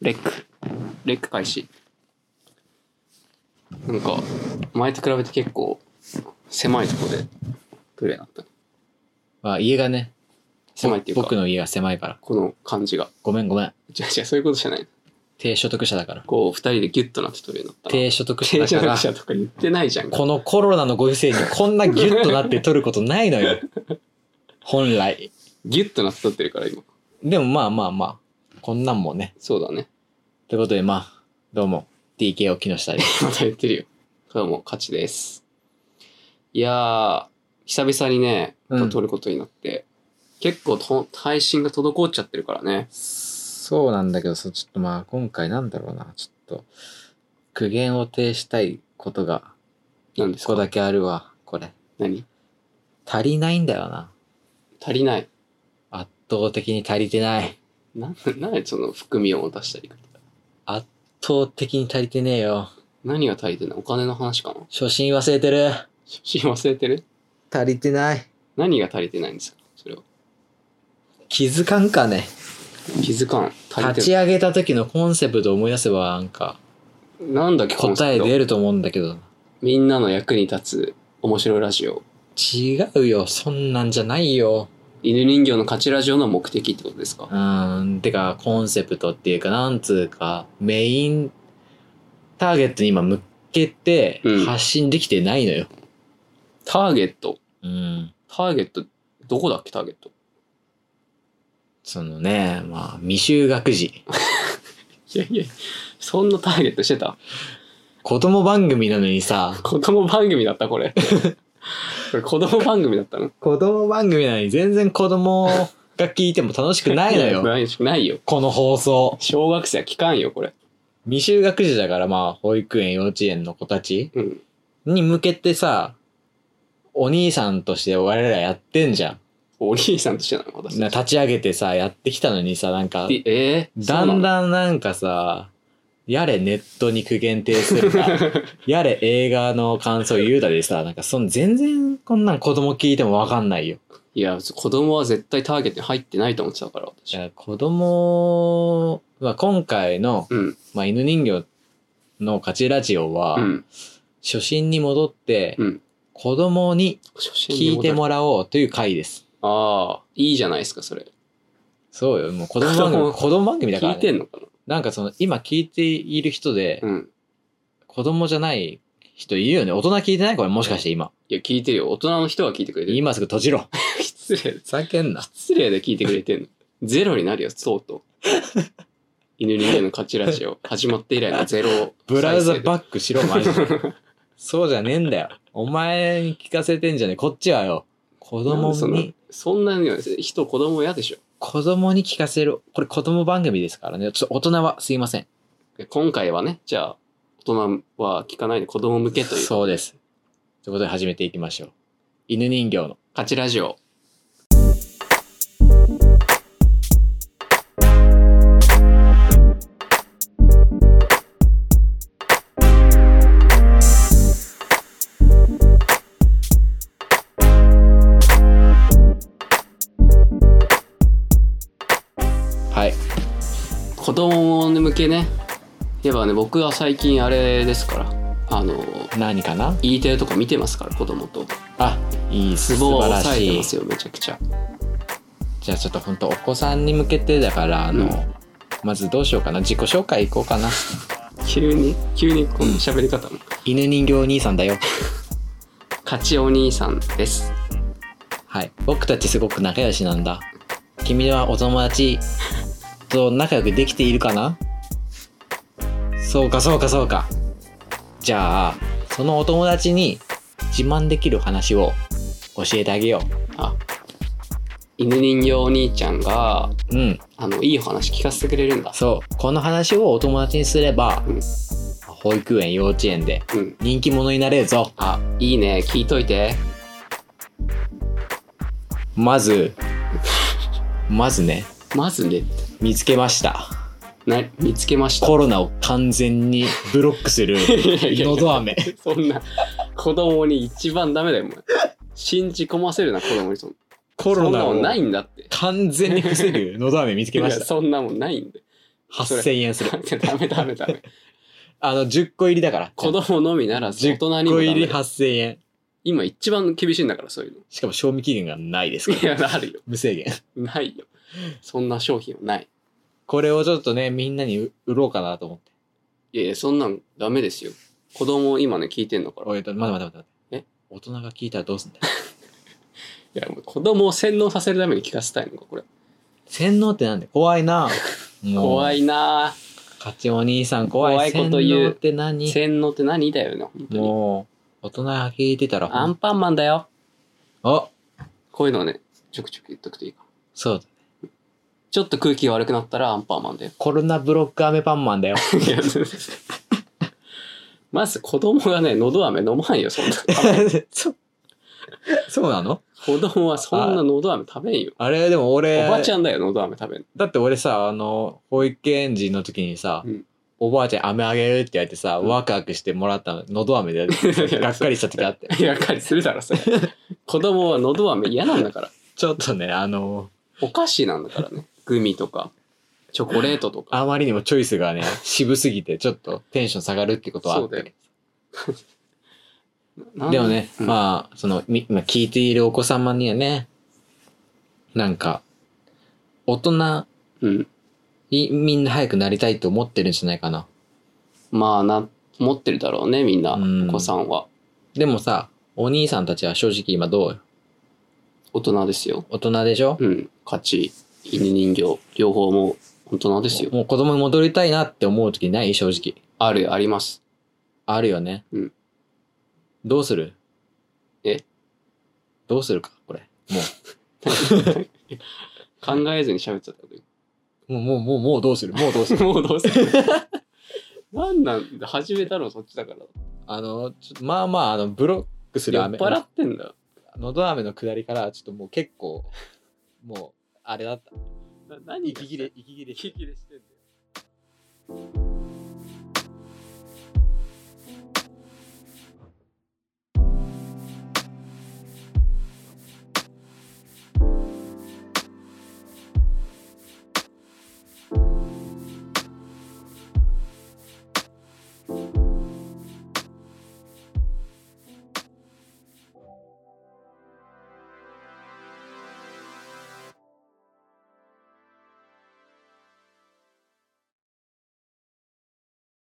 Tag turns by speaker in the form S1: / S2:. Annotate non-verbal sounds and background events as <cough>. S1: レック。レック開始。なんか、前と比べて結構、狭いとこで、トイレになった。
S2: まあ、家がね、
S1: 狭いっていう
S2: 僕
S1: か、
S2: の家が狭いから。
S1: この感じが。
S2: ごめんごめん。
S1: 違う違う、そういうことじゃない。
S2: 低所得者だから。
S1: こう、二人でギュッとなってトイレになったな。
S2: 低所得者
S1: 停
S2: だ
S1: 車
S2: から
S1: 学。者とか言ってないじゃん。
S2: このコロナのご時世にこんなギュッとなって撮ることないの
S1: <laughs>
S2: よ。本来。
S1: ギュッとなって撮ってるから、今。
S2: でもまあまあまあ、こんなんもね。
S1: そうだね。
S2: ということでまあ、どうも、DKO 木下です。
S1: また言ってるよ。今日も勝ちです。いやー、久々にね、
S2: うん
S1: また撮ることになって、結構と配信が滞っちゃってるからね。
S2: そうなんだけど、そうちょっとまあ、今回なんだろうな、ちょっと、苦言を呈したいことが、
S1: なんです
S2: 一個
S1: か
S2: だけあるわ、これ。
S1: 何
S2: 足りないんだよな。
S1: 足りない。
S2: 圧倒的に足りてない。
S1: なん、なんでその含みを持たしたり方。
S2: 圧倒的に足りてねえよ。
S1: 何が足りてんのお金の話かな
S2: 初心忘れてる。
S1: 初心忘れてる
S2: 足りてない。
S1: 何が足りてないんですかそれは。
S2: 気づかんかね。
S1: 気づかん。足
S2: 立
S1: りて
S2: ち上げた時のコンセプトを思い出せばなんか
S1: る。なんだっけ、この
S2: 答え
S1: 人
S2: 出ると思うんだけど
S1: みんなの役に立つ面白いラジオ。
S2: 違うよそんなんじゃないよ
S1: 犬人形の勝ちラジオの目的ってことですか
S2: うーんてかコンセプトっていうかなんつうかメインターゲットに今向けて
S1: うん
S2: 発信できてないのよ
S1: ターゲット。
S2: うん、
S1: ターゲット、どこだっけターゲット。
S2: そのねまあ未就学児
S1: いやいや、そんなターゲットしてた
S2: 子供番組なのにさ
S1: 子供番組だった
S2: <laughs>
S1: これ。これ子供番組だったの
S2: 子供番組なのに全然子供が聞いても楽しくないの
S1: <laughs>
S2: よ
S1: ないないよ。
S2: この放送
S1: 小学生は聞かんよ、これ。
S2: 未就学児だからまあ保育園幼稚園の子たち
S1: うん。
S2: に向けてさお兄さんとして我らやってんじゃ
S1: お兄さんとしてなの私
S2: んな
S1: たち。
S2: 立ち上げてさやってきたのにさなんか
S1: でえー、
S2: だん
S1: ん。
S2: だんなんかさやれネットに苦言呈するかやれ映画の感想言うだでさなんかその全然こんなん子供聞いてもわかんないよ
S1: いや、子供は絶対ターゲットに入ってないと思ってたから、
S2: い
S1: 私。
S2: や子供は今回の、
S1: うん。
S2: まあ、犬人形の勝ちラジオは、
S1: うん。
S2: 初心に戻って、
S1: うん
S2: 子供に
S1: 初心に
S2: 聞い
S1: 戻
S2: て
S1: る
S2: もらおうという回です。
S1: ああ、いいじゃないですか、それ。
S2: そうよ、もう子供
S1: <laughs>
S2: 番組、
S1: 子供
S2: 子供番組だから、
S1: 聞
S2: ね。
S1: いてんのか
S2: なんかその、今聞いている人で、
S1: なうん。
S2: 子供じゃない人いるよね。大人聞いてないこれもしかして今。
S1: いや、聞いてるよ。大人の人が聞いてくれてる。
S2: 今すぐ閉じろ。
S1: <laughs> 失礼。
S2: 叫んな。
S1: 失礼で聞いてくれてんの。ゼロになるよ、そうとう。犬人間の勝ちラジ
S2: <laughs>
S1: オ。始まって以来のゼロ。
S2: ブラウザ
S1: ッ
S2: バックしろ、マジで。
S1: <laughs>
S2: そうじゃねえんだよ。お前に聞かせてんじゃねえ。こっちはよ。子供
S1: そんな
S2: に、
S1: そんなの人、子供嫌でし
S2: 子供に聞かせる。これ子供番組ですからね。ちょっと大人はすいません。
S1: ょ。今回はね、じゃあ、大人は聞かないで子供向けという。
S2: そうです。ということで始めていきましょう。犬人形の
S1: 勝ちラジオ。
S2: はい。
S1: 子供向けね。言えばね、僕は最近あれですから。あの、
S2: 何かな
S1: E テレとか見てますから、子供と。
S2: あ、いい、
S1: ツ
S2: 素
S1: ボは
S2: 晴ら
S1: 抑えて
S2: しい
S1: ま。すよ、めちゃくちゃ。
S2: じゃあちょっと本当お子さんに向けてだから、あの、
S1: うん
S2: まずどうしようかな。自己紹介いこうかな。
S1: 急に、急にこの喋り方も。
S2: 犬人形お兄さんだよ。
S1: 勝ちお兄さんです。
S2: はい。僕たちすごく仲良しなんだ。君はお友達と仲良くできているかなそうかそうかそうか。じゃあ、そのお友達に自慢できる話を教えてあげよ
S1: あ犬人形お兄ちゃんが
S2: う。うん。
S1: あのいいお話聞かせてくれるんだ
S2: そう。この話をお友達にすれば、
S1: うん
S2: 保育園、幼稚園で
S1: うん
S2: 人気者になれるぞ。
S1: あいいね聞いといて
S2: まず、まずね、
S1: まずね
S2: 見つけました。
S1: な見つけました
S2: コロナを完全にブロック
S1: <laughs>
S2: するのど飴。
S1: そんな子供に一番ダメだよお前信じ込ませるな子供にそん
S2: コ
S1: そ
S2: ロナ
S1: んなもん
S2: を
S1: ないんだって
S2: 完全に防ぐのど飴見つけま
S1: いや <laughs>
S2: した。
S1: そんなもんないんで
S2: 8000円する。
S1: ダメダメダメ。
S2: あの、10個入りだから。
S1: 子供のみならず大人に
S2: 10
S1: も
S2: 個
S1: ダメだ
S2: 入
S1: よ
S2: り8000円。
S1: 今一番厳しいんだからそういうの。
S2: しかも賞味期限がないです <laughs>
S1: い
S2: から。
S1: や、あるよ。
S2: 無制限。
S1: ないよ。そんな商品はない。
S2: これをちょっとね、みんなに売ろうかなと思って。
S1: いやいや、そんなんダメですよ。子供今ね、聞いてんだから。い
S2: おい、待て待て待て待て。
S1: え
S2: 大人が聞いたらどうすんだよ。
S1: や、もう子供を洗脳させるために聞かせたいのか、これ。
S2: 洗脳ってなんで怖い
S1: <laughs>
S2: な
S1: 怖
S2: い。
S1: いなぁ。
S2: カチお兄さん怖い。
S1: 怖いこと言う
S2: 洗脳って何
S1: 洗脳って何だよね、本当に。
S2: もう、大人が聞いてたら
S1: ア
S2: ほん
S1: ン、パンマンだよ。
S2: あ、
S1: こういうのはね、ちょくちょく言っとくといいか。
S2: そうだ。
S1: ちょっと空気が悪くなったらアンパンマンだ
S2: <laughs>
S1: よ。
S2: コロナブロックアメパンマン
S1: <laughs>
S2: だよ。
S1: いやまず子供がね、喉飴飲まんよ、そんな。
S2: そう。そうなの
S1: 子供はそんな喉飴食べんよ。
S2: あれ、でも俺、
S1: おばち
S2: ん。
S1: ゃんだよ、喉飴食べんの。
S2: だって俺さ、あの、保育園児の時にさ、
S1: うん
S2: おばあちゃん飴あげるって言われてさ、
S1: うん
S2: ワクワクしてもらったの、喉飴で、
S1: や
S2: がっかりした時あ
S1: <laughs>
S2: って。
S1: いや、かりするだろ、
S2: <laughs>
S1: それ。子供は喉飴嫌なんだから。
S2: ちょっとね、あの、
S1: お菓子なんだからね。グミとか、チョコレートとか。
S2: あまりにもチョイスがね、渋すぎて、ちょっとテンション下がるってことはあって。
S1: な
S2: でもね、
S1: うん
S2: まあ、その、み今聞いているお子様にはね、なんか、大人
S1: うん。
S2: にみんな早くなりたいと思ってるんじゃないかな。
S1: まあな、持ってるだろうね、みんな、
S2: うん
S1: お子さんは。
S2: でもさ、お兄さんたちは正直今どうよ
S1: 大人ですよ。
S2: 大人でしょ、
S1: うん。勝ち、犬人形、両方も大人ですよ。
S2: もう子供に戻りたいなって思う時ない正直。
S1: ある、あります。
S2: あるよね。
S1: うん
S2: どうする
S1: え
S2: どうするかこれ。も
S1: 考えずに喋っちゃったけ
S2: う、もう、もう、もう、もうどうするもうどうする
S1: どもうどうせ。なんなんだ、始めたのそっちだから。
S2: <laughs> あの、ちょっとまあまあ、あの、ブロックす
S1: 酔
S2: る
S1: っ
S2: 飴。
S1: 払ってんだ。
S2: のど飴の下りからちょっともう結構もうあれだった
S1: な何が
S2: 息切れ息切れ
S1: 息切れしてんだよ。